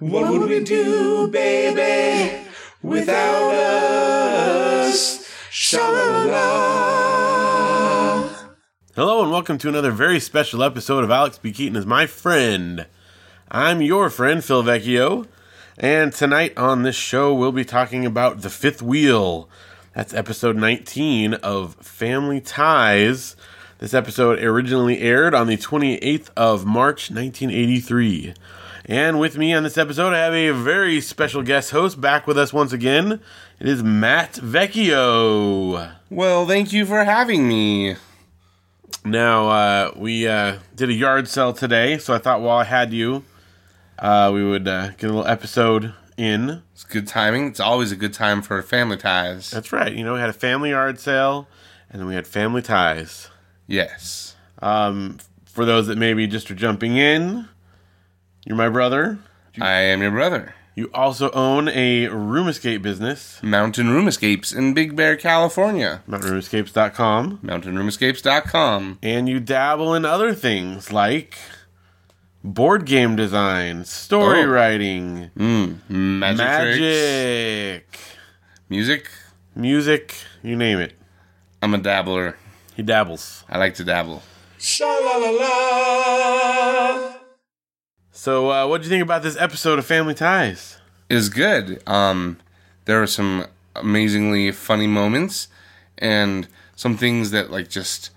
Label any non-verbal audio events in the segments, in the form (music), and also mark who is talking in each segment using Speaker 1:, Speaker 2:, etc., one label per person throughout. Speaker 1: What would we do, baby, without us? Sha-la-la-la.
Speaker 2: Hello and welcome to another very special episode of Alex B. Keaton is my friend. I'm your friend, Phil Vecchio, and tonight on this show we'll be talking about The Fifth Wheel. That's episode 19 of Family Ties. This episode originally aired on the 28th of March, 1983. And with me on this episode, I have a very special guest host back with us once again. It is Matt Vecchio.
Speaker 1: Well, thank you for having me.
Speaker 2: Now uh, we uh, did a yard sale today, so I thought while I had you, uh, we would uh, get a little episode in.
Speaker 1: It's good timing. It's always a good time for family ties.
Speaker 2: That's right. You know, we had a family yard sale, and then we had family ties.
Speaker 1: Yes.
Speaker 2: Um, for those that maybe just are jumping in, you're my brother.
Speaker 1: I am your brother.
Speaker 2: You also own a room escape business,
Speaker 1: Mountain Room Escapes in Big Bear, California.
Speaker 2: mountainroomescapes.com,
Speaker 1: MountainRoomEscapes.com.
Speaker 2: and you dabble in other things like board game design, story
Speaker 1: Oh.
Speaker 2: writing,
Speaker 1: Mm, magic, tricks,
Speaker 2: magic.
Speaker 1: music.
Speaker 2: music, you name it.
Speaker 1: I'm a dabbler.
Speaker 2: He dabbles.
Speaker 1: I like to dabble.
Speaker 2: So, uh, what do you think about this episode of Family Ties?
Speaker 1: is good. Um, there were some amazingly funny moments and some things that like just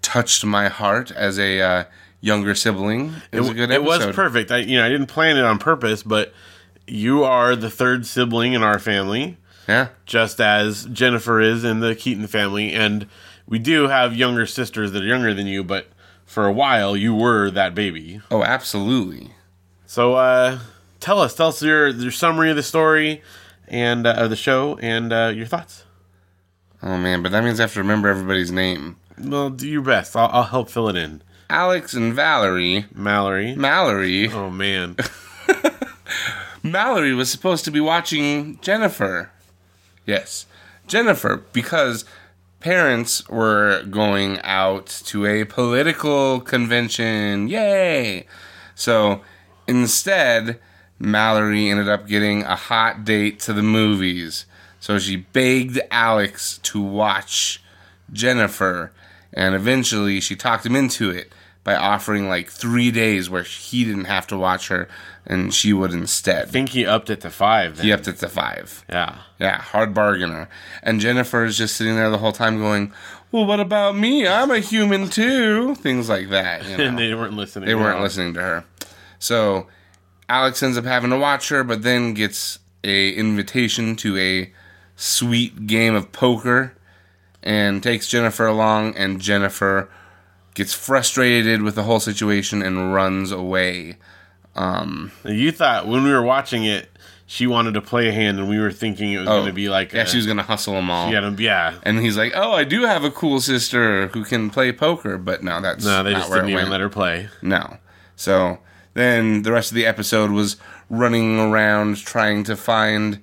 Speaker 1: touched my heart as a uh, younger sibling. It was a good
Speaker 2: it was
Speaker 1: episode.
Speaker 2: perfect. I, you know, I didn't plan it on purpose, but you are the third sibling in our family,
Speaker 1: yeah,
Speaker 2: just as Jennifer is in the Keaton family, and we do have younger sisters that are younger than you, but for a while you were that baby.
Speaker 1: oh, absolutely.
Speaker 2: So, uh, tell us, tell us your your summary of the story and uh, of the show and uh, your thoughts.
Speaker 1: Oh man, but that means I have to remember everybody's name.
Speaker 2: Well, do your best. I'll, I'll help fill it in.
Speaker 1: Alex and Valerie,
Speaker 2: Mallory.
Speaker 1: Mallory.
Speaker 2: Oh man.
Speaker 1: Mallory was supposed to be watching Jennifer. Yes, Jennifer, because parents were going out to a political convention. Yay! So instead, Mallory ended up getting a hot date to the movies. So she begged Alex to watch Jennifer, and eventually she talked him into it by offering like three days where he didn't have to watch her and she would instead.
Speaker 2: think he upped it to five. Then.
Speaker 1: He upped it to five.
Speaker 2: Yeah. (laughs)
Speaker 1: Yeah, hard bargainer. And Jennifer is just sitting there the whole time going, Well, what about me? I'm a human too. Things like that. You know?
Speaker 2: (laughs) And they weren't listening.
Speaker 1: they weren't
Speaker 2: No.
Speaker 1: listening to her. So Alex ends up having to watch her, but then gets a invitation to a sweet game of poker and takes Jennifer along and Jennifer gets frustrated with the whole situation and runs away.
Speaker 2: You thought when we were watching it, she wanted to play a hand, and we were thinking it was going to be like
Speaker 1: Oh. Yeah,
Speaker 2: a,
Speaker 1: she was gonna hustle them all.
Speaker 2: she had him. Yeah.
Speaker 1: And he's like, "Oh, I do have a cool sister who can play poker, but no, that's
Speaker 2: No, they
Speaker 1: not
Speaker 2: just
Speaker 1: where
Speaker 2: didn't
Speaker 1: it
Speaker 2: even
Speaker 1: went.
Speaker 2: let her play.
Speaker 1: No. So then the rest of the episode was running around trying to find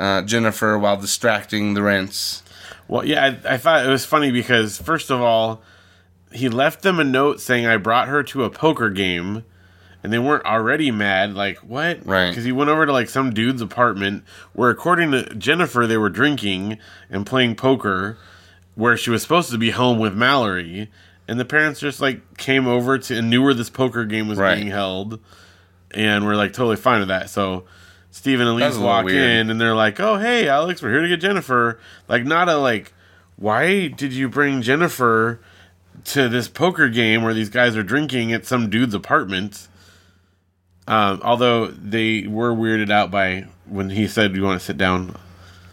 Speaker 1: uh, Jennifer while distracting the rents.
Speaker 2: Well, yeah, I, I thought it was funny because first of all, he left them a note saying, "I brought her to a poker game." And they weren't already mad, like what?
Speaker 1: Right.
Speaker 2: Because he went over to like some dude's apartment where, according to Jennifer, they were drinking and playing poker, where she was supposed to be home with Mallory, and the parents just like came over to and knew where this poker game was
Speaker 1: Right.
Speaker 2: being held, and were like totally fine with that. So Stephen and
Speaker 1: That's
Speaker 2: Elise
Speaker 1: a little
Speaker 2: walk
Speaker 1: weird.
Speaker 2: in and they're like, "Oh, hey, Alex, we're here to get Jennifer." Like, not a like, why did you bring Jennifer to this poker game where these guys are drinking at some dude's apartment? Um, although they were weirded out by when he said, "You want to sit down?"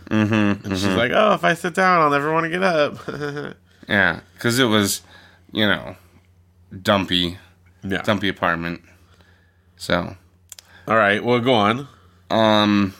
Speaker 2: Mm-hmm, and
Speaker 1: mm-hmm.
Speaker 2: she's like, "Oh, if I sit down, I'll never want to get up." (laughs)
Speaker 1: Yeah, because it was, you know, dumpy,
Speaker 2: yeah.
Speaker 1: dumpy apartment. So
Speaker 2: All right. Well, go on.
Speaker 1: Um,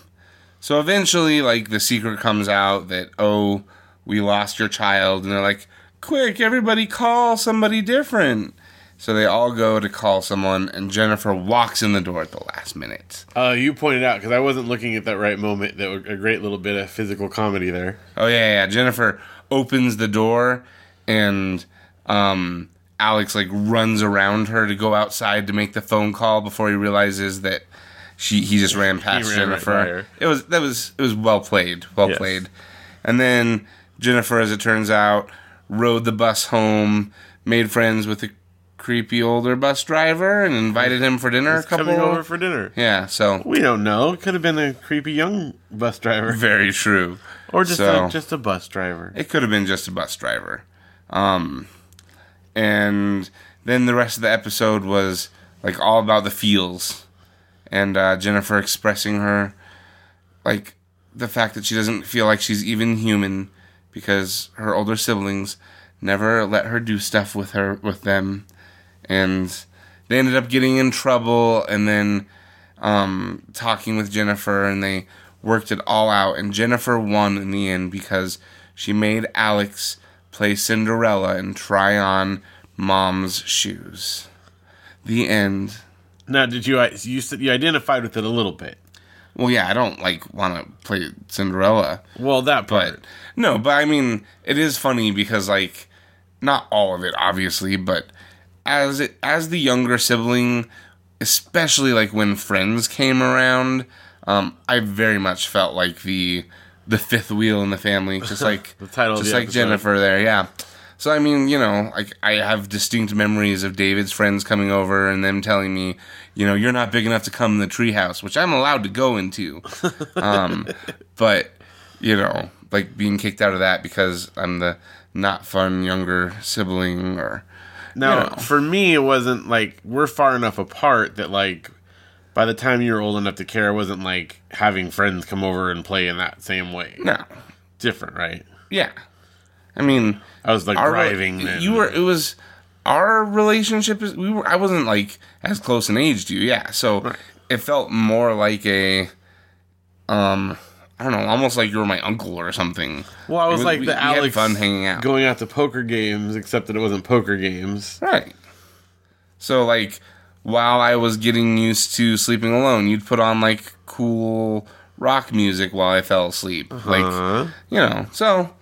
Speaker 1: so eventually, like the secret comes out that oh, we lost your child, and they're like, "Quick, everybody, call somebody different." So they all go to call someone, and Jennifer walks in the door at the last minute.
Speaker 2: Uh, you pointed out because I wasn't looking at that right moment. That was a great little bit of physical comedy there.
Speaker 1: Oh yeah, yeah. yeah. Jennifer opens the door, and um, Alex like runs around her to go outside to make the phone call before he realizes that she he just ran past
Speaker 2: ran right
Speaker 1: Jennifer.
Speaker 2: by her.
Speaker 1: it was that was it was well played, well
Speaker 2: Yes.
Speaker 1: played. And then Jennifer, as it turns out, rode the bus home, made friends with the creepy older bus driver, and invited him for dinner. A couple
Speaker 2: coming over for dinner.
Speaker 1: yeah, so
Speaker 2: We don't know. It could have been a creepy young bus
Speaker 1: (laughs)
Speaker 2: driver,
Speaker 1: very true.
Speaker 2: or just
Speaker 1: So-
Speaker 2: a, just a bus driver.
Speaker 1: It could have been just a bus driver. Um, and then the rest of the episode was like all about the feels and uh, Jennifer expressing her like the fact that she doesn't feel like she's even human because her older siblings never let her do stuff with her with them and they ended up getting in trouble and then um, talking with Jennifer and they worked it all out and Jennifer won in the end because she made Alex play Cinderella and try on mom's shoes. The end.
Speaker 2: Now, did you uh, you said you identified with it a little bit?
Speaker 1: Well, yeah, I don't like want to play Cinderella,
Speaker 2: Well, that part.
Speaker 1: but no, but I mean, it is funny because like not all of it obviously, but as it, as the younger sibling, especially like when friends came around, um, I very much felt like the the fifth wheel in the family, just like
Speaker 2: The title of
Speaker 1: just
Speaker 2: Oh, the
Speaker 1: like
Speaker 2: episode.
Speaker 1: Jennifer there, yeah. So I mean, you know, like I have distinct memories of David's friends coming over and them telling me, you know, you're not big enough to come in the treehouse, which I'm allowed to go
Speaker 2: (laughs)
Speaker 1: into. Um, but you know, like being kicked out of that because I'm the not fun younger sibling or
Speaker 2: Now,
Speaker 1: know.
Speaker 2: for me, it wasn't like we're far enough apart that like by the time you were old enough to care, it wasn't like having friends come over and play in that same way.
Speaker 1: no.
Speaker 2: Different, right?
Speaker 1: Yeah. I mean,
Speaker 2: I was like
Speaker 1: our rela-
Speaker 2: driving. then.
Speaker 1: You were. It was our relationship. Is we were. I wasn't like as close in age to you. Yeah. So it felt more like a, um, I don't know, almost like you were my uncle or something.
Speaker 2: Well, I was
Speaker 1: We-
Speaker 2: like
Speaker 1: we-
Speaker 2: the
Speaker 1: we had
Speaker 2: Alex
Speaker 1: fun hanging out.
Speaker 2: going out to poker games, except that it wasn't poker games.
Speaker 1: Right. So like while I was getting used to sleeping alone, you'd put on like cool rock music while I fell asleep.
Speaker 2: Uh-huh.
Speaker 1: Like you know, so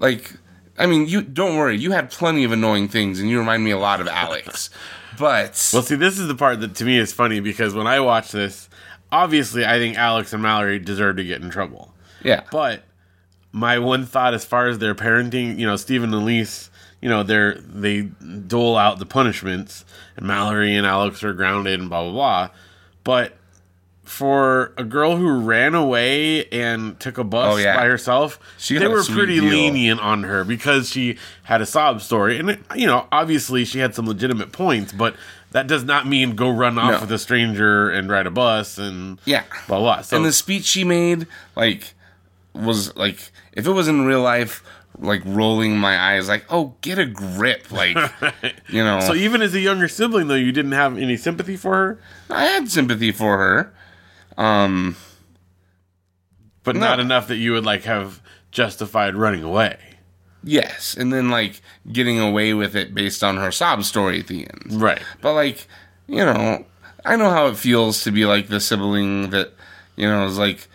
Speaker 1: like I mean you don't worry, you had plenty of annoying things and you remind me a lot of
Speaker 2: (laughs)
Speaker 1: Alex. but
Speaker 2: Well, see, this is the part that to me is funny because when I watch this, obviously I think Alex and Mallory deserve to get in trouble.
Speaker 1: yeah.
Speaker 2: But my one thought as far as their parenting, you know, Stephen and Elise, you know, they're they dole out the punishments and Mallory and Alex are grounded and blah blah blah. But for a girl who ran away and took a bus
Speaker 1: Oh, yeah.
Speaker 2: by herself,
Speaker 1: She
Speaker 2: they
Speaker 1: got a
Speaker 2: were
Speaker 1: sweet
Speaker 2: pretty
Speaker 1: deal.
Speaker 2: lenient on her because she had a sob story. And, you know, obviously she had some legitimate points, but that does not mean go run off
Speaker 1: No.
Speaker 2: with a stranger and ride a bus and
Speaker 1: Yeah.
Speaker 2: blah, blah. So
Speaker 1: and the speech she made like was like if it was in real life like rolling my eyes like oh get a grip
Speaker 2: (laughs)
Speaker 1: like you know (laughs)
Speaker 2: So even as a younger sibling, though, you didn't have any sympathy for her,
Speaker 1: I had sympathy for her. Um,
Speaker 2: but
Speaker 1: No.
Speaker 2: not enough that you would like have justified running away.
Speaker 1: yes, and then like getting away with it based on her sob story at the end.
Speaker 2: Right.
Speaker 1: But like, you know, I know how it feels to be like the sibling that, you know, is like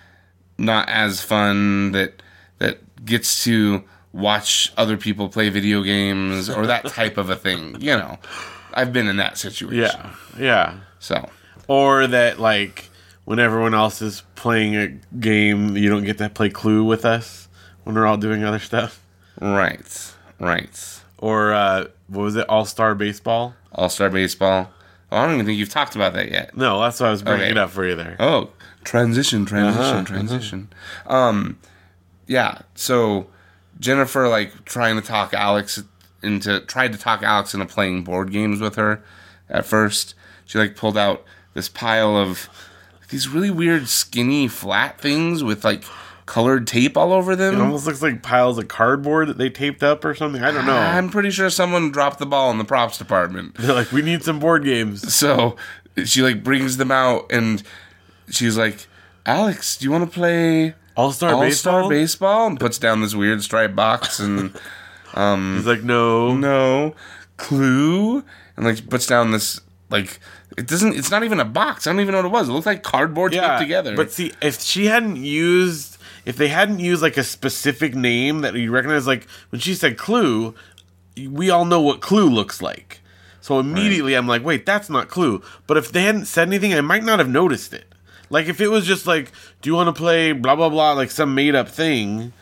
Speaker 1: not as fun that that gets to watch other people play video games or that type of a thing, you know. I've been in that situation.
Speaker 2: Yeah. Yeah.
Speaker 1: So,
Speaker 2: Or that like when everyone else is playing a game, you don't get to play Clue with us when we're all doing other stuff.
Speaker 1: right. Right.
Speaker 2: Or uh, what was it, All Star Baseball?
Speaker 1: All-Star baseball. Oh, I don't even think you've talked about that yet.
Speaker 2: No, that's why I was bringing
Speaker 1: Okay.
Speaker 2: it up for you there.
Speaker 1: Oh, transition, transition, transition. Um, yeah. So Jennifer, like, trying to talk Alex into tried to talk Alex into playing board games with her. At first, she like pulled out this pile of these really weird skinny flat things with like colored tape all over
Speaker 2: It
Speaker 1: them.
Speaker 2: almost looks like piles of cardboard that they taped up or something. I don't know.
Speaker 1: I'm pretty sure someone dropped the ball in the props department.
Speaker 2: They're like, we need some board games.
Speaker 1: so she like brings them out and she's like, "Alex, do you want to play
Speaker 2: All Star
Speaker 1: All Star
Speaker 2: Baseball.
Speaker 1: Baseball and puts down this weird striped box and
Speaker 2: (laughs) He's like, no,
Speaker 1: Mm. no clue and like puts down this like it doesn't it's not even a box. I don't even know what it was. It looked like cardboard taped together.
Speaker 2: But see, if she hadn't used, if they hadn't used like a specific name that you recognize, like when she said Clue, we all know what Clue looks like. So immediately I'm like, wait, that's not Clue. But if they hadn't said anything, I might not have noticed it. Like if it was just like, do you want to play blah blah blah, like some made up thing,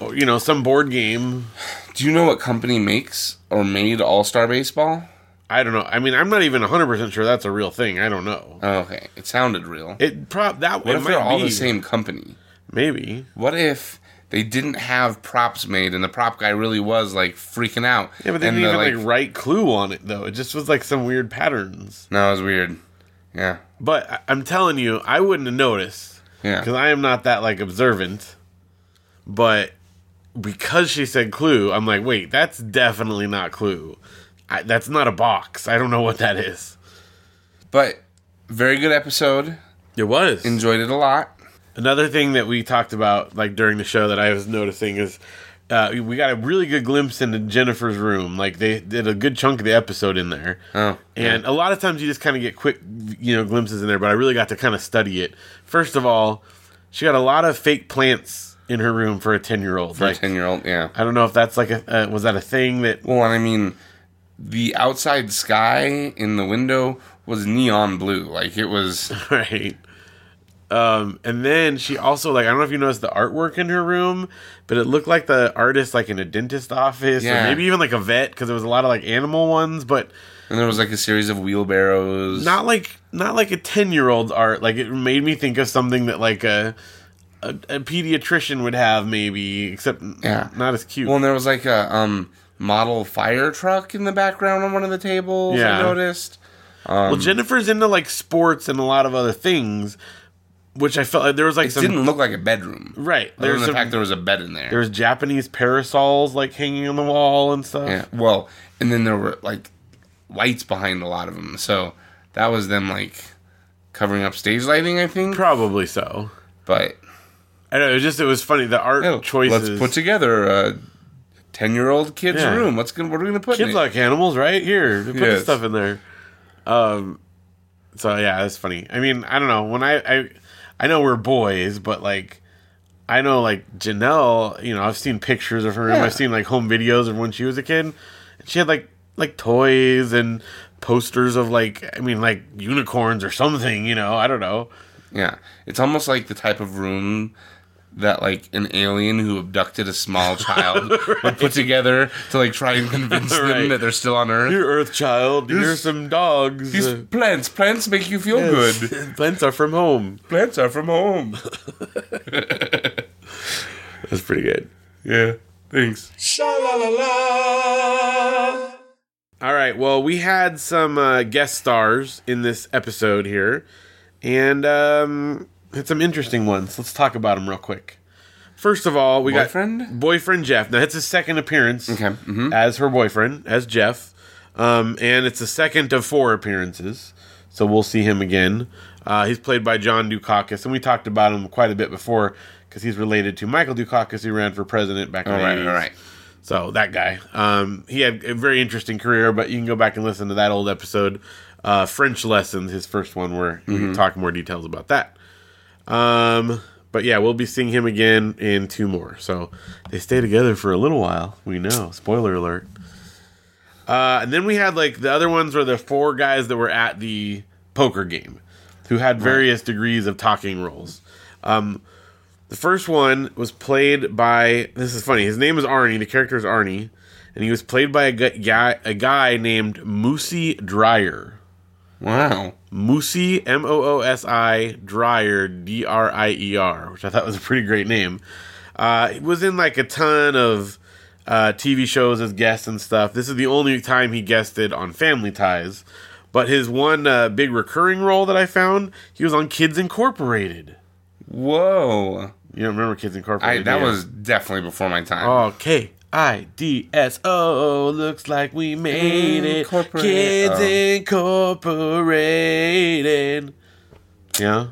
Speaker 2: or you know, some board game.
Speaker 1: Do you know what company makes or made All Star Baseball?
Speaker 2: I don't know. I mean, I'm not even 100 percent sure that's a real thing. I don't know.
Speaker 1: Oh, Okay, it sounded real.
Speaker 2: It prob that
Speaker 1: What
Speaker 2: it
Speaker 1: if
Speaker 2: might
Speaker 1: they're all
Speaker 2: be
Speaker 1: the same company?
Speaker 2: Maybe
Speaker 1: What if they didn't have props made and the prop guy really was like freaking out?
Speaker 2: yeah, but they
Speaker 1: and
Speaker 2: didn't
Speaker 1: the,
Speaker 2: even like, write clue on it though. It just was like some weird patterns.
Speaker 1: no, it was weird. Yeah,
Speaker 2: But I- I'm telling you, I wouldn't have noticed
Speaker 1: yeah.
Speaker 2: because I am not that like observant. But because she said clue, I'm like, wait, that's definitely not clue. I, that's not a box. I don't know what that is.
Speaker 1: But very good episode.
Speaker 2: It was.
Speaker 1: Enjoyed it a lot.
Speaker 2: Another thing that we talked about like during the show that I was noticing is uh, we got a really good glimpse into Jennifer's room. Like they did a good chunk of the episode in there.
Speaker 1: Oh,
Speaker 2: And a lot of times you just kind of get quick, you know, glimpses in there, but I really got to kind of study it. First of all, she got a lot of fake plants in her room for a 10-year-old. Like
Speaker 1: ten year old. Yeah.
Speaker 2: I don't know if that's like a uh, was that a thing that (laughs)
Speaker 1: Well, and I mean, the outside sky in the window was neon blue. Like it
Speaker 2: (laughs)
Speaker 1: was.
Speaker 2: right um and then she also like i don't know if you noticed the artwork in her room but it looked like the artist like in a dentist office
Speaker 1: Yeah.
Speaker 2: or maybe even like a vet because there was a lot of like animal ones but
Speaker 1: And there was like a series of wheelbarrows.
Speaker 2: not like not like a 10 year old's art like it made me think of something that like a a, a pediatrician would have maybe except n-
Speaker 1: Yeah.
Speaker 2: not as cute
Speaker 1: Well, and there was like a um model fire truck in the background on one of the tables. I
Speaker 2: Yeah.
Speaker 1: noticed.
Speaker 2: well
Speaker 1: um,
Speaker 2: jennifer's into like sports and a lot of other things which i felt like there was like
Speaker 1: It
Speaker 2: some
Speaker 1: didn't look like a bedroom.
Speaker 2: right
Speaker 1: Other
Speaker 2: there's
Speaker 1: than the
Speaker 2: some
Speaker 1: fact there was a bed in there.
Speaker 2: there was Japanese parasols like hanging on the wall and stuff.
Speaker 1: yeah. Well, and then there were like lights behind a lot of them. So that was them like covering up stage lighting, I think.
Speaker 2: Probably so.
Speaker 1: But
Speaker 2: I know. It was just it was funny. The art
Speaker 1: you know,
Speaker 2: choices.
Speaker 1: Oh, let's put together a ten-year-old kid's
Speaker 2: Yeah.
Speaker 1: room. What's gonna what are we gonna put? in
Speaker 2: kids
Speaker 1: it?
Speaker 2: like animals, right? Here, put
Speaker 1: Yes.
Speaker 2: this stuff in there. Um. So yeah, that's funny. I mean, I don't know. When I I, I know we're boys, but like. I know, like Janelle. You know, I've seen pictures of her. and
Speaker 1: Yeah.
Speaker 2: I've seen like home videos of when she was a kid. And she had like like toys and posters of like I mean like unicorns or something. You know, I don't know.
Speaker 1: Yeah. It's almost like the type of room that like an alien who abducted a
Speaker 2: (laughs)
Speaker 1: small child would put together to like try and convince them
Speaker 2: Right.
Speaker 1: that they're still on Earth.
Speaker 2: Here, Earth Child. Here's some dogs.
Speaker 1: These
Speaker 2: Uh,
Speaker 1: plants, plants make you feel
Speaker 2: (laughs)
Speaker 1: good.
Speaker 2: Plants are from home.
Speaker 1: Plants are from home.
Speaker 2: That's pretty good.
Speaker 1: yeah. Thanks.
Speaker 2: All right. Well, we had some uh, guest stars in this episode here, and um, had some interesting ones. Let's talk about them real quick. First of all, we got
Speaker 1: Boyfriend?
Speaker 2: boyfriend Jeff. Now it's his second appearance
Speaker 1: Okay, mhm.
Speaker 2: as her boyfriend, as Jeff, um, and it's the second of four appearances. So we'll see him again. Uh, he's played by John Dukakis, and we talked about him quite a bit before because he's related to Michael Dukakis, who ran for president back in
Speaker 1: All
Speaker 2: the
Speaker 1: right,
Speaker 2: 80s.
Speaker 1: all right.
Speaker 2: So that guy, um, he had a very interesting career, but you can go back and listen to that old episode, uh, French lessons, his first one, where we can talk more details about that. Um, but yeah, we'll be seeing him again in two more. So they stay together for a little while. We know. Spoiler alert. Uh, and then we had like the other ones were the four guys that were at the poker game, who had various degrees of talking roles. Um, the first one was played by this is funny. His name is Arnie. The character is Arnie, and he was played by a gu- guy a guy named Moosey Dryer.
Speaker 1: Wow.
Speaker 2: Moosey M O O S I Dryer D R I E R, which I thought was a pretty great name. Uh, it was in like a ton of uh, TV shows as guests and stuff. This is the only time he guested on Family Ties, but his one uh, big recurring role that I found, he was on Kids Incorporated.
Speaker 1: Whoa.
Speaker 2: You don't remember Kids
Speaker 1: I
Speaker 2: Incorporated?
Speaker 1: that
Speaker 2: do you?
Speaker 1: was definitely before my time.
Speaker 2: Oh, K I D S O. Looks like we made it.
Speaker 1: Incorporate-
Speaker 2: Kids
Speaker 1: oh.
Speaker 2: Incorporated. Yeah.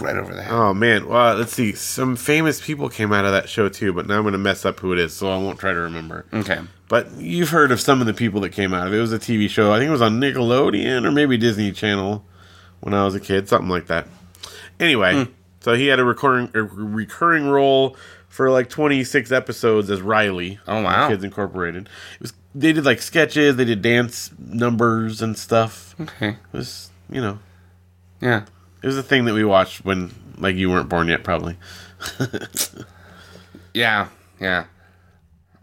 Speaker 1: Right over there.
Speaker 2: Oh man. Well, let's see. Some famous people came out of that show too, but now I'm gonna mess up who it is, so I won't try to remember.
Speaker 1: Okay.
Speaker 2: But you've heard of some of the people that came out of it. It was a TV show. I think it was on Nickelodeon or maybe Disney Channel when I was a kid, something like that. Anyway,
Speaker 1: Hmm.
Speaker 2: so he had a recurring a recurring role for like 26 episodes as Riley.
Speaker 1: Oh, wow.
Speaker 2: on Kids Incorporated. It was they did like sketches, they did dance numbers and stuff.
Speaker 1: Okay.
Speaker 2: It was you know
Speaker 1: Yeah.
Speaker 2: It was a thing that we watched when, like, you weren't born yet, probably.
Speaker 1: Yeah, yeah.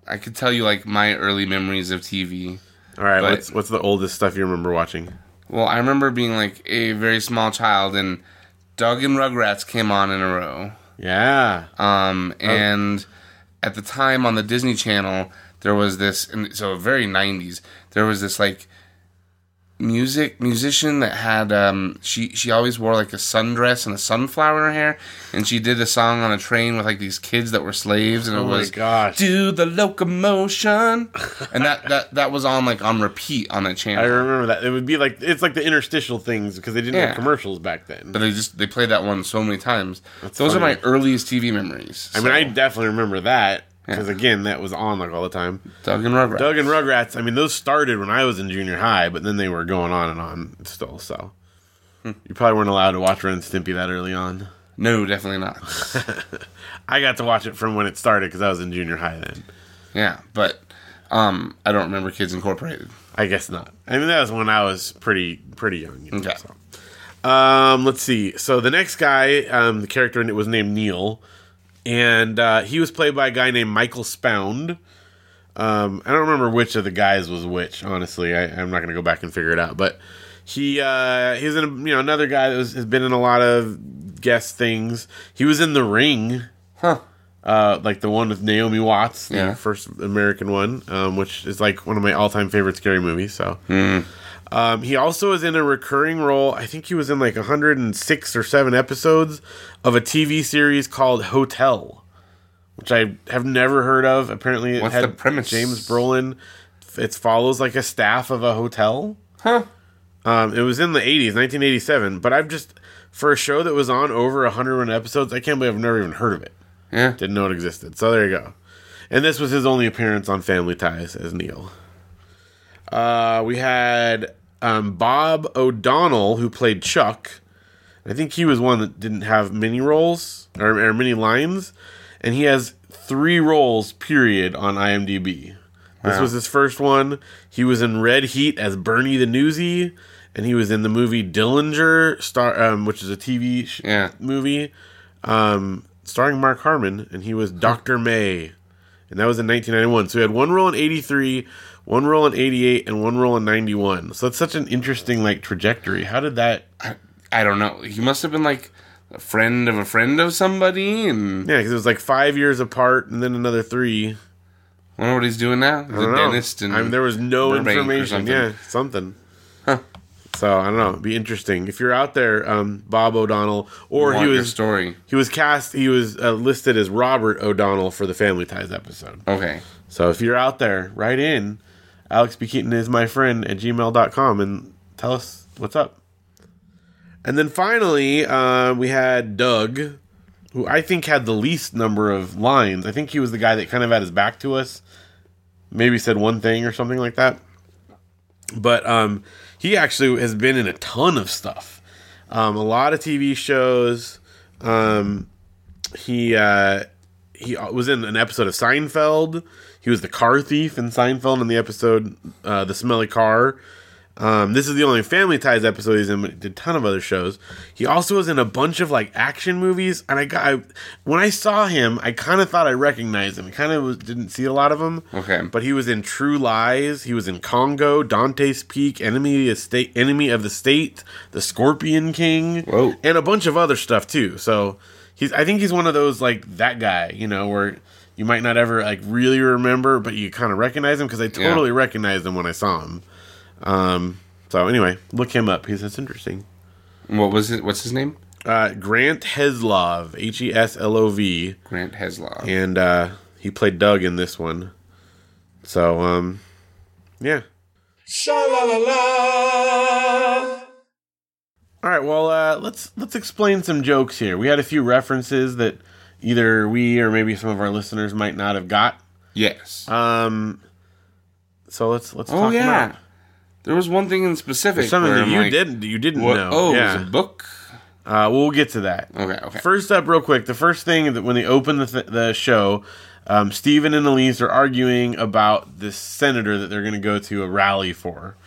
Speaker 1: I could tell you like my early memories of TV.
Speaker 2: All right,
Speaker 1: But-
Speaker 2: what's what's the oldest stuff you remember watching?
Speaker 1: Well, I remember being like a very small child, and Doug and Rugrats came on in a row.
Speaker 2: Yeah,
Speaker 1: Um,
Speaker 2: Oh.
Speaker 1: and at the time on the Disney Channel, there was this, and so very 90s, there was this like music musician that had um she she always wore like a sundress and a sunflower in her hair and she did a song on a train with like these kids that were slaves and it
Speaker 2: Oh my
Speaker 1: was
Speaker 2: gosh.
Speaker 1: do the
Speaker 2: (laughs)
Speaker 1: locomotion and that that that was on like on repeat on that channel
Speaker 2: I remember that. It would be like it's like the interstitial things because they didn't
Speaker 1: Yeah.
Speaker 2: have commercials back then.
Speaker 1: but they just they played that one so many times those
Speaker 2: funny.
Speaker 1: are my earliest tv memories
Speaker 2: I mean, I definitely remember that because again, that was on like all the time.
Speaker 1: doug and rugrats
Speaker 2: Doug and Rugrats. I mean, those started when I was in junior high, but then they were going on and on still. So
Speaker 1: Hmm.
Speaker 2: you probably weren't allowed to watch Ren and Stimpy that early on.
Speaker 1: no definitely not
Speaker 2: I got to watch it from when it started because I was in junior high then.
Speaker 1: Yeah, but um, I don't remember Kids Incorporated.
Speaker 2: I guess not. I mean, that was when I was pretty pretty young. You know,
Speaker 1: Okay.
Speaker 2: so. Um, let's see. So the next guy, um, the character in it was named Neil, and uh, he was played by a guy named Michael Spound. Um, I don't remember which of the guys was which. Honestly, I, I'm not going to go back and figure it out. But he uh, he was in a, you know another guy that was, has been in a lot of guest things. He was in The Ring
Speaker 1: Huh.
Speaker 2: uh, like the one with Naomi Watts, the
Speaker 1: Yeah.
Speaker 2: first American one, um, which is like one of my all-time favorite scary movies. So,
Speaker 1: Hmm.
Speaker 2: um, he also is in a recurring role. I think he was in like 106 or seven episodes of a TV series called Hotel, which I have never heard of. Apparently, it
Speaker 1: What's
Speaker 2: had
Speaker 1: the premise?
Speaker 2: James Brolin. It follows like a staff of a hotel.
Speaker 1: Huh.
Speaker 2: Um, it was in the 80s, 1987. But I've just for a show that was on over 101 episodes, I can't believe I've never even heard of it.
Speaker 1: Yeah.
Speaker 2: Didn't know it existed. So there you go. And this was his only appearance on Family Ties as Neil. Uh, we had um, Bob O'Donnell, who played Chuck. I think he was one that didn't have many roles or, or many lines. And he has three roles, period, on IMDb. This was his first one. He was in Red Heat as Bernie the Newsy. And he was in the movie Dillinger, star, um, which is a TV sh-
Speaker 1: Yeah.
Speaker 2: movie um, starring Mark Harmon, and he was Dr. May. And that was in 1991. So he had one role in 83, one role in 88, and one role in 91. So that's such an interesting, like, trajectory. How did that...
Speaker 1: I, I don't know. He must have been like a friend of a friend of somebody, and
Speaker 2: Yeah, because it was, like, five years apart and then another three.
Speaker 1: I wonder what he's doing now. He's
Speaker 2: I
Speaker 1: a
Speaker 2: don't know.
Speaker 1: dentist, and
Speaker 2: I mean, there was no
Speaker 1: Burbank or
Speaker 2: information.
Speaker 1: something.
Speaker 2: Yeah, something. So I don't know. It'd be interesting if you're out there, um, Bob O'Donnell, or
Speaker 1: want
Speaker 2: he
Speaker 1: your
Speaker 2: was
Speaker 1: story.
Speaker 2: he was cast. He was uh, listed as Robert O'Donnell for the Family Ties episode.
Speaker 1: Okay.
Speaker 2: So if you're out there, write in alexbkeaton is my friend at gmail.com and tell us what's up. And then finally, uh, we had Doug, who I think had the least number of lines. I think he was the guy that kind of had his back to us, maybe said one thing or something like that. But um, he actually has been in a ton of stuff, um, a lot of TV shows. Um, he uh, he was in an episode of Seinfeld. He was the car thief in Seinfeld in the episode uh, "The Smelly Car." Um, this is the only Family Ties episode he's in, but he did a ton of other shows. He also was in a bunch of like action movies, and I got I, when I saw him, I kind of thought I recognized him. Kind of was- didn't see a lot of him,
Speaker 1: Okay.
Speaker 2: But he was in True Lies. He was in Congo, Dante's Peak, Enemy of State, Enemy of the State, The Scorpion King,
Speaker 1: Whoa.
Speaker 2: and a bunch of other stuff too. So he's I think he's one of those like that guy, you know, where you might not ever like really remember, but you kind of recognize him because I
Speaker 1: Yeah.
Speaker 2: totally recognized him when I saw him. Um, so anyway, look him up. He's that's interesting.
Speaker 1: What was it? What's his name?
Speaker 2: Uh, Grant Heslov, H E S L O V,
Speaker 1: Grant Heslov.
Speaker 2: and uh, he played Doug in this one. So um, yeah. All right, well, uh, let's let's explain some jokes here. We had a few references that either we or maybe some of our listeners might not have got.
Speaker 1: Yes.
Speaker 2: Um, so let's let's
Speaker 1: oh
Speaker 2: talk
Speaker 1: yeah.
Speaker 2: about
Speaker 1: There was one thing in specific.
Speaker 2: something
Speaker 1: where
Speaker 2: that
Speaker 1: I'm
Speaker 2: you
Speaker 1: like,
Speaker 2: didn't you didn't
Speaker 1: What?
Speaker 2: know.
Speaker 1: oh, it was
Speaker 2: yeah,
Speaker 1: a book.
Speaker 2: uh, we'll get to that.
Speaker 1: Okay. Okay.
Speaker 2: First up, real quick, the first thing that when they open the, th- the show, um, Steven and Elise are arguing about this senator that they're going to go to a rally for.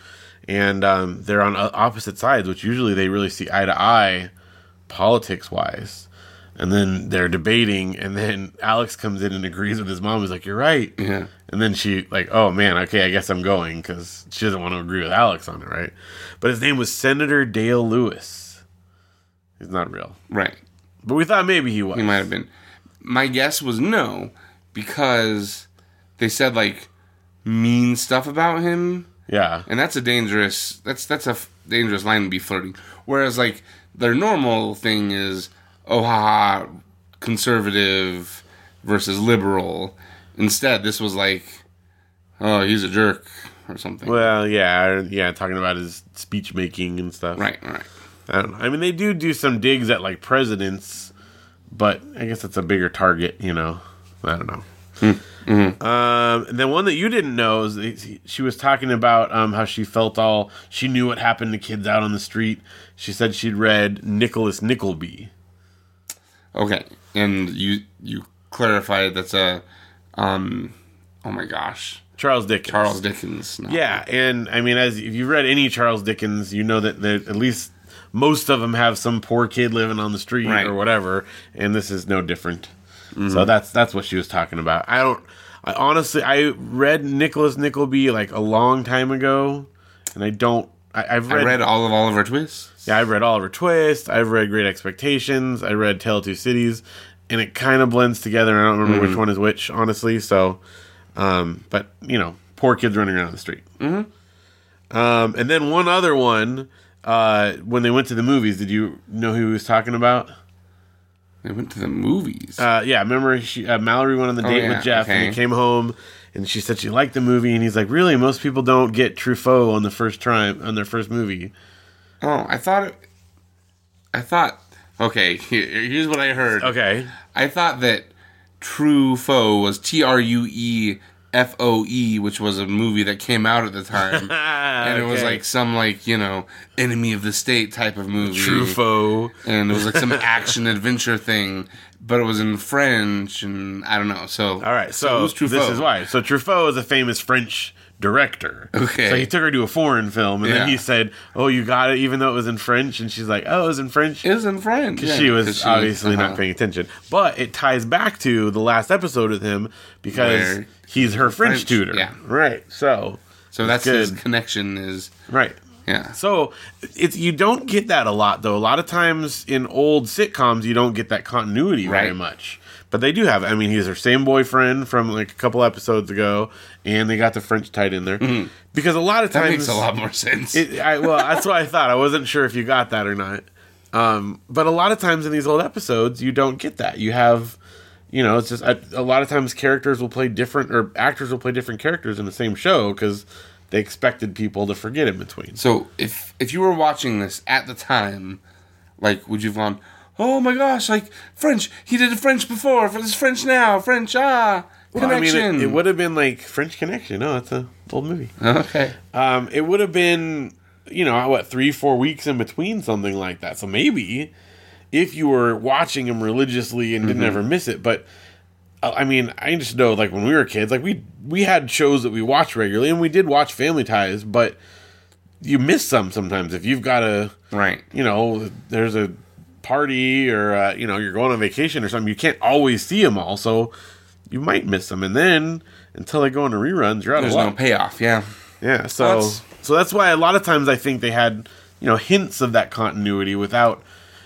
Speaker 2: And um, they're on o- opposite sides, which usually they really see eye to eye politics wise. And then they're debating, and then Alex comes in and agrees with his mom. He's like, "You're right."
Speaker 1: Yeah.
Speaker 2: And then she like, "Oh man, okay, I guess I'm going," because she doesn't want to agree with Alex on it, right? But his name was Senator Dale Lewis. He's not real,
Speaker 1: Right.
Speaker 2: but we thought maybe he was.
Speaker 1: He might have been. My guess was no, because they said like mean stuff about him,
Speaker 2: Yeah,
Speaker 1: and that's a dangerous. That's that's a f- dangerous line to be flirting. Whereas like their normal thing is, oh ha ha, conservative versus liberal. Instead, this was like, oh, he's a jerk or something.
Speaker 2: Well, yeah, or- yeah, talking about his speech making and stuff.
Speaker 1: Right, right.
Speaker 2: I don't know. I mean, they do do some digs at like presidents, but I guess that's a bigger target, you know. I don't know.
Speaker 1: Hmm. Mm-hmm.
Speaker 2: Um, and then one that you didn't know is that she was talking about um, how she felt all she knew what happened to kids out on the street. She said she'd read Nicholas Nickleby.
Speaker 1: Okay, and you you clarified that's a, um, oh my gosh,
Speaker 2: Charles Dickens.
Speaker 1: Charles Dickens. No.
Speaker 2: Yeah, and I mean, as if you've read any Charles Dickens, you know that, that at least most of them have some poor kid living on the street
Speaker 1: Right. Mm-hmm.
Speaker 2: or whatever, and this is no different. So that's that's what she was talking about. I don't. I honestly, I read Nicholas Nickleby like a long time ago, and I don't. I, I've
Speaker 1: I
Speaker 2: read
Speaker 1: read all of Oliver Twist.
Speaker 2: yeah, I've read Oliver Twist. I've read Great Expectations. I read Tale of Two Cities, and it kind of blends together. and I don't remember
Speaker 1: Mm-hmm.
Speaker 2: which one is which, honestly. So, um, but you know, poor kids running around the street. Mm-hmm. Um, and then one other one. Uh, when they went to the movies, did you know who he was talking about?
Speaker 1: They went to the movies.
Speaker 2: Uh, yeah, remember she, uh, Mallory went on the date
Speaker 1: Oh, yeah,
Speaker 2: with Jeff, and
Speaker 1: okay.
Speaker 2: they came home, and she said she liked the movie, and he's like, "Really? Most people don't get Truffaut on the first time on their first movie."
Speaker 1: oh, I thought. It, I thought. Okay, here- here's what I heard.
Speaker 2: (laughs) Okay,
Speaker 1: I thought that True Foe was T R U E F O E, which was a movie that came out at the
Speaker 2: (laughs)
Speaker 1: time. And it was like some like you know enemy of the state type of movie,
Speaker 2: Truffaut.
Speaker 1: and it was
Speaker 2: (laughs)
Speaker 1: like some action adventure thing, but it was in French, and I don't know. So
Speaker 2: All right, so,
Speaker 1: who's Truffaut?
Speaker 2: this is why. So Truffaut is a famous French director.
Speaker 1: Okay.
Speaker 2: So he took her to a foreign film, and then
Speaker 1: Yeah.
Speaker 2: he said, "Oh, you got it," even though it was in French, and she's like, "Oh, it was in French."
Speaker 1: it was in French. yeah,
Speaker 2: she
Speaker 1: 'cause
Speaker 2: was obviously
Speaker 1: uh-huh.
Speaker 2: not paying attention, but it ties back to the last episode with him because
Speaker 1: Where-
Speaker 2: he's her French,
Speaker 1: French,
Speaker 2: tutor.
Speaker 1: yeah.
Speaker 2: Right. So.
Speaker 1: So that's
Speaker 2: good.
Speaker 1: his connection is
Speaker 2: Right.
Speaker 1: yeah.
Speaker 2: So it's you don't get that a lot though. A lot of times in old sitcoms you don't get that continuity very
Speaker 1: Right.
Speaker 2: much. But they do have. I mean, he's her same boyfriend from like a couple episodes ago, and they got the French tied in there because a lot of
Speaker 1: Mm-hmm. That
Speaker 2: times
Speaker 1: makes a lot more sense.
Speaker 2: it, I, well, that's what I thought. I wasn't sure if you got that or not. Um, but a lot of times in these old episodes, you don't get that. You have, you know, it's just a, a lot of times characters will play different or actors will play different characters in the same show because they expected people to forget in between.
Speaker 1: so if if you were watching this at the time, like would you have gone, Oh my gosh, like French, he did French before, but it's French now, French ah connection.
Speaker 2: I mean, it, it would have been like French Connection. No, it's a old movie.
Speaker 1: (laughs) Okay.
Speaker 2: Um, it would have been, you know, what three, four weeks in between something like that. So maybe if you were watching them religiously and didn't ever miss it, but uh, I mean, I just know like when we were kids, like we we had shows that we watched regularly, and we did watch Family Ties, but you miss some sometimes if you've got a
Speaker 1: Right.
Speaker 2: you know, there's a party or uh, you know you're going on vacation or something, you can't always see them all, so you might miss them. And then until they go into reruns, you're out
Speaker 1: There's
Speaker 2: of
Speaker 1: no
Speaker 2: luck.
Speaker 1: payoff, yeah.
Speaker 2: yeah, so
Speaker 1: That's-
Speaker 2: so that's why a lot of times I think they had you know hints of that continuity without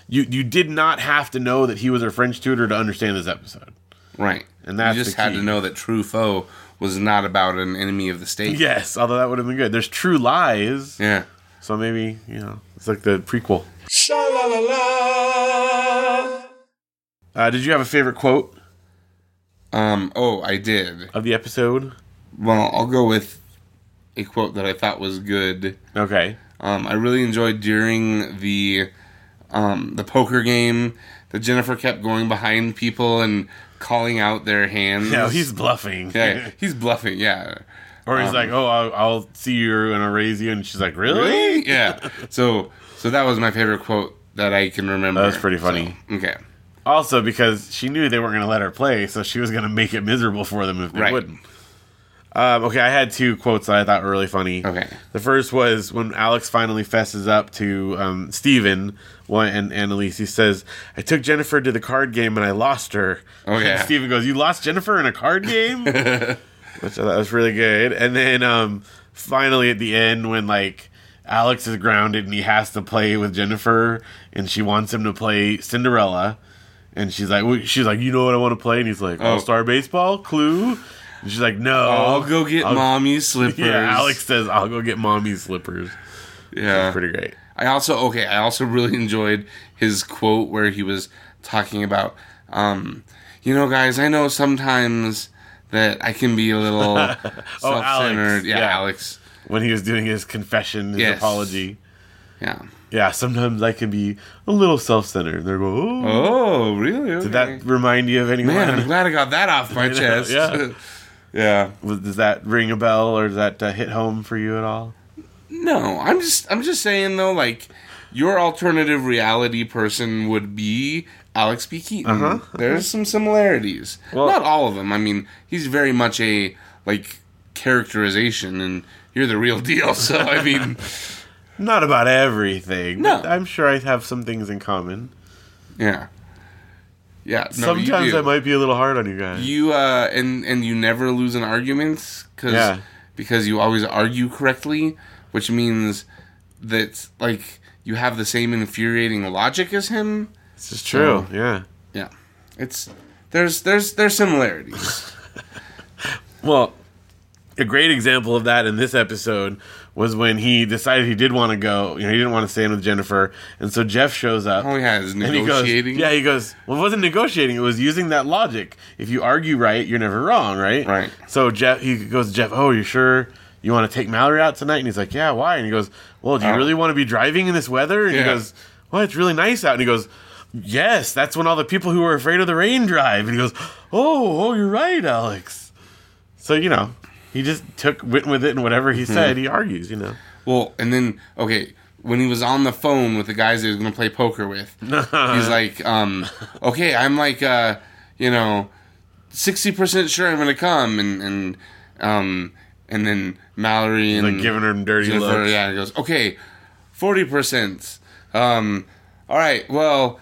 Speaker 2: you. You did not have to know that he was a French tutor to understand this episode.
Speaker 1: Right.
Speaker 2: And that's
Speaker 1: you just
Speaker 2: the
Speaker 1: had
Speaker 2: key.
Speaker 1: to know that True Foe was not about an enemy of the state.
Speaker 2: Yes, although that would have been good. There's True Lies,
Speaker 1: Yeah.
Speaker 2: so maybe you know it's like the prequel. Uh, did you have a favorite quote
Speaker 1: Um, oh, I did.
Speaker 2: of the episode?
Speaker 1: Well, I'll go with a quote that I thought was good.
Speaker 2: Okay.
Speaker 1: Um, I really enjoyed during the um, the poker game that Jennifer kept going behind people and calling out their hands.
Speaker 2: No, he's bluffing.
Speaker 1: (laughs)
Speaker 2: (laughs)
Speaker 1: yeah, he's bluffing. Yeah,
Speaker 2: Or he's like, "Oh, I'll, I'll see you and I'll raise you," and she's like, "Really?"
Speaker 1: yeah. So so that was my favorite quote that I can remember.
Speaker 2: That was pretty funny.
Speaker 1: So, okay,
Speaker 2: Also, because she knew they weren't going to let her play, so she was going to make it miserable for them if they
Speaker 1: Right.
Speaker 2: wouldn't. Um, okay, I had two quotes that I thought were really funny.
Speaker 1: Okay.
Speaker 2: The first was when Alex finally fesses up to um, Steven one, and Annalise. He says, I took Jennifer to the card game and I lost her.
Speaker 1: Oh, yeah.
Speaker 2: And Steven goes, You lost Jennifer in a card
Speaker 1: (laughs)
Speaker 2: game? Which I thought was really good. And then um, finally at the end, when like Alex is grounded and he has to play with Jennifer and she wants him to play Cinderella. And she's like, "Wh- she's like, you know what I want to play? And he's
Speaker 1: Oh.
Speaker 2: like, All Star Baseball, Clue. And she's like, no,
Speaker 1: I'll go get
Speaker 2: I'll-
Speaker 1: mommy slippers.
Speaker 2: (laughs) yeah, Alex says, I'll go get mommy's slippers.
Speaker 1: Yeah.
Speaker 2: Pretty great.
Speaker 1: I also okay. I also really (laughs) enjoyed his quote where he was talking about, um, you know, guys. I know sometimes that I can be a
Speaker 2: (laughs)
Speaker 1: little self-centered. Yeah,
Speaker 2: Oh, yeah.
Speaker 1: Alex.
Speaker 2: When he was doing his confession, his
Speaker 1: Yes.
Speaker 2: apology.
Speaker 1: Yeah.
Speaker 2: Yeah, sometimes I can be a little self centered. They're going, oh.
Speaker 1: Oh, really? Okay.
Speaker 2: Did that remind you of anyone?
Speaker 1: Man, I'm glad I got that off my chest.
Speaker 2: yeah.
Speaker 1: (laughs) yeah.
Speaker 2: (laughs) Was- Does that ring a bell or does that uh, hit home for you at all?
Speaker 1: No, I'm just I'm just saying though, like your alternative reality person would be Alex B. Keaton. There's some similarities.
Speaker 2: Uh-huh. Well-
Speaker 1: Not all of them. I mean, he's very much a like characterization, and you're the real deal. So
Speaker 2: (laughs)
Speaker 1: I mean,
Speaker 2: Not about everything.
Speaker 1: No.
Speaker 2: But I'm sure I have some things in common.
Speaker 1: yeah, yeah. No, you
Speaker 2: Sometimes
Speaker 1: do.
Speaker 2: I might be a little hard on you guys.
Speaker 1: You uh, and and you never lose an argument because
Speaker 2: Yeah.
Speaker 1: because you always argue correctly, which means that like you have the same infuriating logic as him.
Speaker 2: this is
Speaker 1: Oh.
Speaker 2: true. yeah.
Speaker 1: Yeah, it's there's there's there's
Speaker 2: (laughs)
Speaker 1: similarities.
Speaker 2: Well, a great example of that in this episode was when he decided he did want to go. You know, he didn't want to stay in with Jennifer, and so Jeff shows up.
Speaker 1: Oh yeah, is
Speaker 2: And he goes,
Speaker 1: negotiating.
Speaker 2: yeah, he goes, well, it wasn't negotiating. It was using that logic. If you argue right, you're never wrong, right?
Speaker 1: Right.
Speaker 2: So Jeff, he goes, Jeff, oh, you sure you want to take Mallory out tonight? And he's like, yeah, why? And he goes, well, do you
Speaker 1: Oh.
Speaker 2: really want to be driving in this weather? And
Speaker 1: Yeah.
Speaker 2: he goes, well, it's really nice out. And he goes, yes, that's when all the people who were afraid of the rain drive. And he goes, oh, oh, you're right, Alex. So, you know, he just took, went with it and whatever
Speaker 1: Hmm.
Speaker 2: he said, he argues, you know.
Speaker 1: Well, and then okay, when he was on the phone with the guys that he was gonna play poker
Speaker 2: (laughs)
Speaker 1: with, he's like, um, okay, I'm like, uh, you know, sixty percent sure I'm gonna come, and and um, and then Mallory and
Speaker 2: Like giving her dirty
Speaker 1: Jennifer,
Speaker 2: looks.
Speaker 1: yeah, he goes, okay, forty percent. Um, all right, well,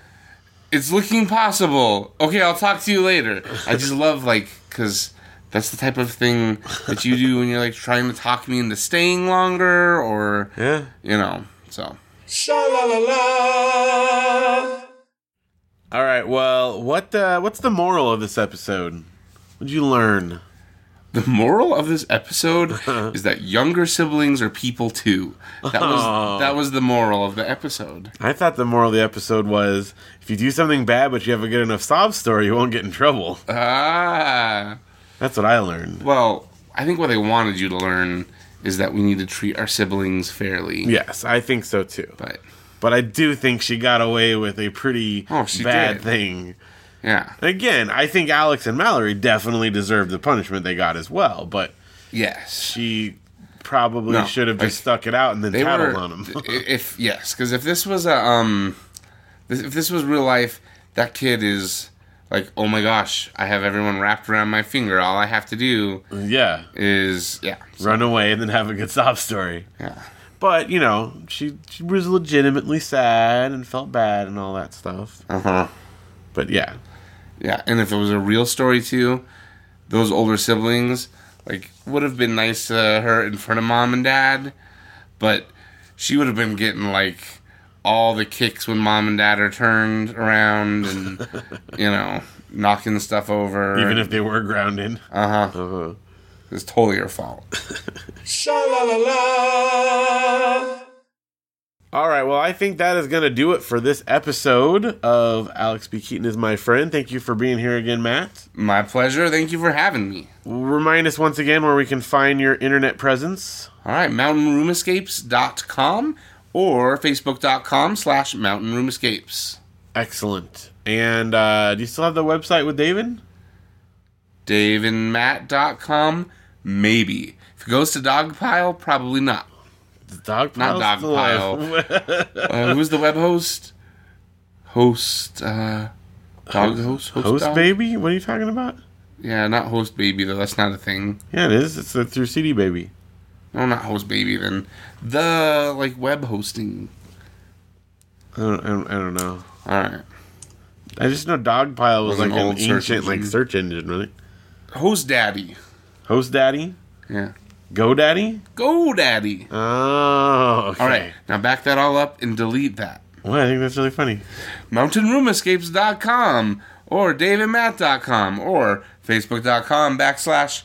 Speaker 1: it's looking possible. Okay, I'll talk to you later. I just love like because that's the type of thing that you do when you're like trying to talk me into staying longer, or
Speaker 2: Yeah.
Speaker 1: you know, so.
Speaker 2: All right. Well, what uh, what's the moral of this episode? What'd you learn?
Speaker 1: The moral of this episode is that younger siblings are people too. That was
Speaker 2: Aw.
Speaker 1: that was the moral of the episode.
Speaker 2: I thought the moral of the episode was if you do something bad but you have a good enough sob story, you won't get in trouble.
Speaker 1: Ah.
Speaker 2: That's what I learned.
Speaker 1: Well, I think what they wanted you to learn is that we need to treat our siblings fairly.
Speaker 2: Yes, I think so too.
Speaker 1: But
Speaker 2: But I do think she got away with a pretty
Speaker 1: Oh, she
Speaker 2: bad
Speaker 1: did.
Speaker 2: thing.
Speaker 1: yeah.
Speaker 2: Again, I think Alex and Mallory definitely deserved the punishment they got as well, but
Speaker 1: Yes.
Speaker 2: she probably
Speaker 1: No,
Speaker 2: should have
Speaker 1: like,
Speaker 2: just stuck it out and then
Speaker 1: They
Speaker 2: tattled
Speaker 1: were
Speaker 2: on him.
Speaker 1: (laughs) if yes, cuz if this was a um this, if this was real life, that kid is like, "Oh my gosh, I have everyone wrapped around my finger. All I have to do
Speaker 2: (laughs) yeah.
Speaker 1: is yeah."
Speaker 2: Run away and then have a good sob story.
Speaker 1: Yeah.
Speaker 2: But you know, she she was legitimately sad and felt bad and all that stuff.
Speaker 1: Uh-huh.
Speaker 2: But yeah,
Speaker 1: Yeah, and if it was a real story too, those older siblings like would have been nice to her in front of mom and dad, but she would have been getting like all the kicks when mom and dad are turned around and
Speaker 2: (laughs)
Speaker 1: you know knocking stuff over.
Speaker 2: even if they were grounded.
Speaker 1: uh huh,
Speaker 2: Uh-huh.
Speaker 1: it's totally your fault.
Speaker 2: All right, well, I think that is going to do it for this episode of Alex B. Keaton is my friend. Thank you for being here again, Matt.
Speaker 1: My pleasure. Thank you for having me.
Speaker 2: Remind us once again where we can find your internet presence.
Speaker 1: All right, mountainroomescapes.com or facebook.com slash mountainroomescapes.
Speaker 2: Excellent. And uh, do you still have the website with David?
Speaker 1: DaveandMatt.com? Maybe. If it goes to Dogpile, probably not.
Speaker 2: The dog
Speaker 1: Not
Speaker 2: pile's
Speaker 1: dog
Speaker 2: (laughs)
Speaker 1: Uh, who's the web host? Host, uh, dog host?
Speaker 2: Host
Speaker 1: dog?
Speaker 2: baby? What are you talking about?
Speaker 1: Yeah, not host baby though. That's not a thing.
Speaker 2: Yeah, it is. It's uh, through CD Baby.
Speaker 1: No, not host baby then. The like web hosting.
Speaker 2: I don't, I don't, I don't know.
Speaker 1: All right.
Speaker 2: I just know Dogpile was,
Speaker 1: Was an
Speaker 2: like an,
Speaker 1: old search
Speaker 2: ancient like
Speaker 1: engine.
Speaker 2: search engine, right?
Speaker 1: Host daddy.
Speaker 2: Host Daddy,
Speaker 1: Yeah.
Speaker 2: Go Daddy.
Speaker 1: Go daddy.
Speaker 2: Oh, okay.
Speaker 1: All right. Now back that all up and delete that.
Speaker 2: Well, I think that's really funny.
Speaker 1: mountainroomescapes.com or davidmatt.com or facebook.com backslash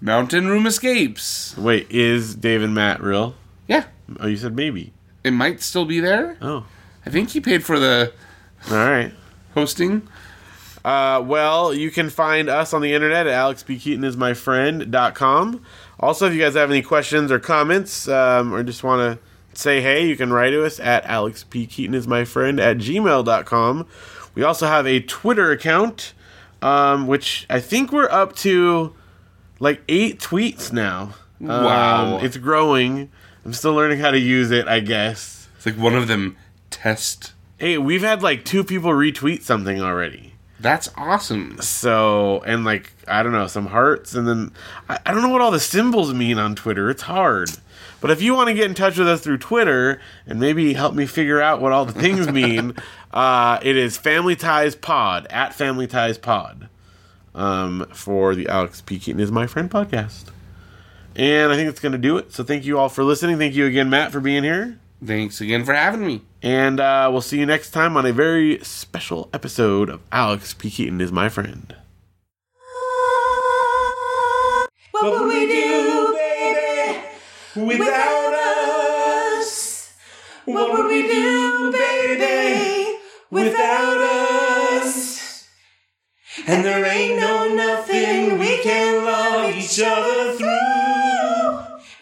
Speaker 1: mountain room escapes
Speaker 2: Wait, is Dave and Matt real?
Speaker 1: yeah
Speaker 2: Oh, you said maybe.
Speaker 1: it might still be there
Speaker 2: Oh,
Speaker 1: i think he paid for the
Speaker 2: all right.
Speaker 1: hosting
Speaker 2: Uh, well, you can find us on the internet at alexbkeatonismyfriend.com. Also, if you guys have any questions or comments um, or just want to say hey, you can write to us at alexbkeatonismyfriend at gmail.com. We also have a Twitter account, um, which I think we're up to like eight tweets now. Um,
Speaker 1: Wow.
Speaker 2: it's growing. I'm still learning how to use it, I guess.
Speaker 1: it's like one of them test
Speaker 2: Hey, we've had like two people retweet something already.
Speaker 1: that's awesome
Speaker 2: So and like I don't know some hearts and then I, I don't know what all the symbols mean on Twitter. It's hard. But if you want to get in touch with us through Twitter and maybe help me figure out what all the things mean, (laughs) uh, it is Family Ties Pod at Family Ties Pod um, for the Alex P Keaton is my friend podcast. And I think that's going to do it. So thank you all for listening. Thank you again, Matt, for being here.
Speaker 1: thanks again for having me
Speaker 2: And uh, we'll see you next time on a very special episode of Alex P Keaton is my friend.
Speaker 3: What would we do, baby, without us? What would we do, baby, without us? And there ain't no nothing we can love each other through.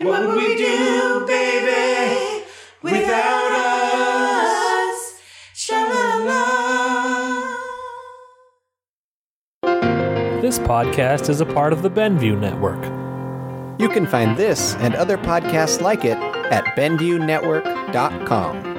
Speaker 3: And what would we do, baby, without us? Sha-la-la.
Speaker 4: This podcast is a part of the Benview Network.
Speaker 5: You can find this and other podcasts like it at BenviewNetwork.com.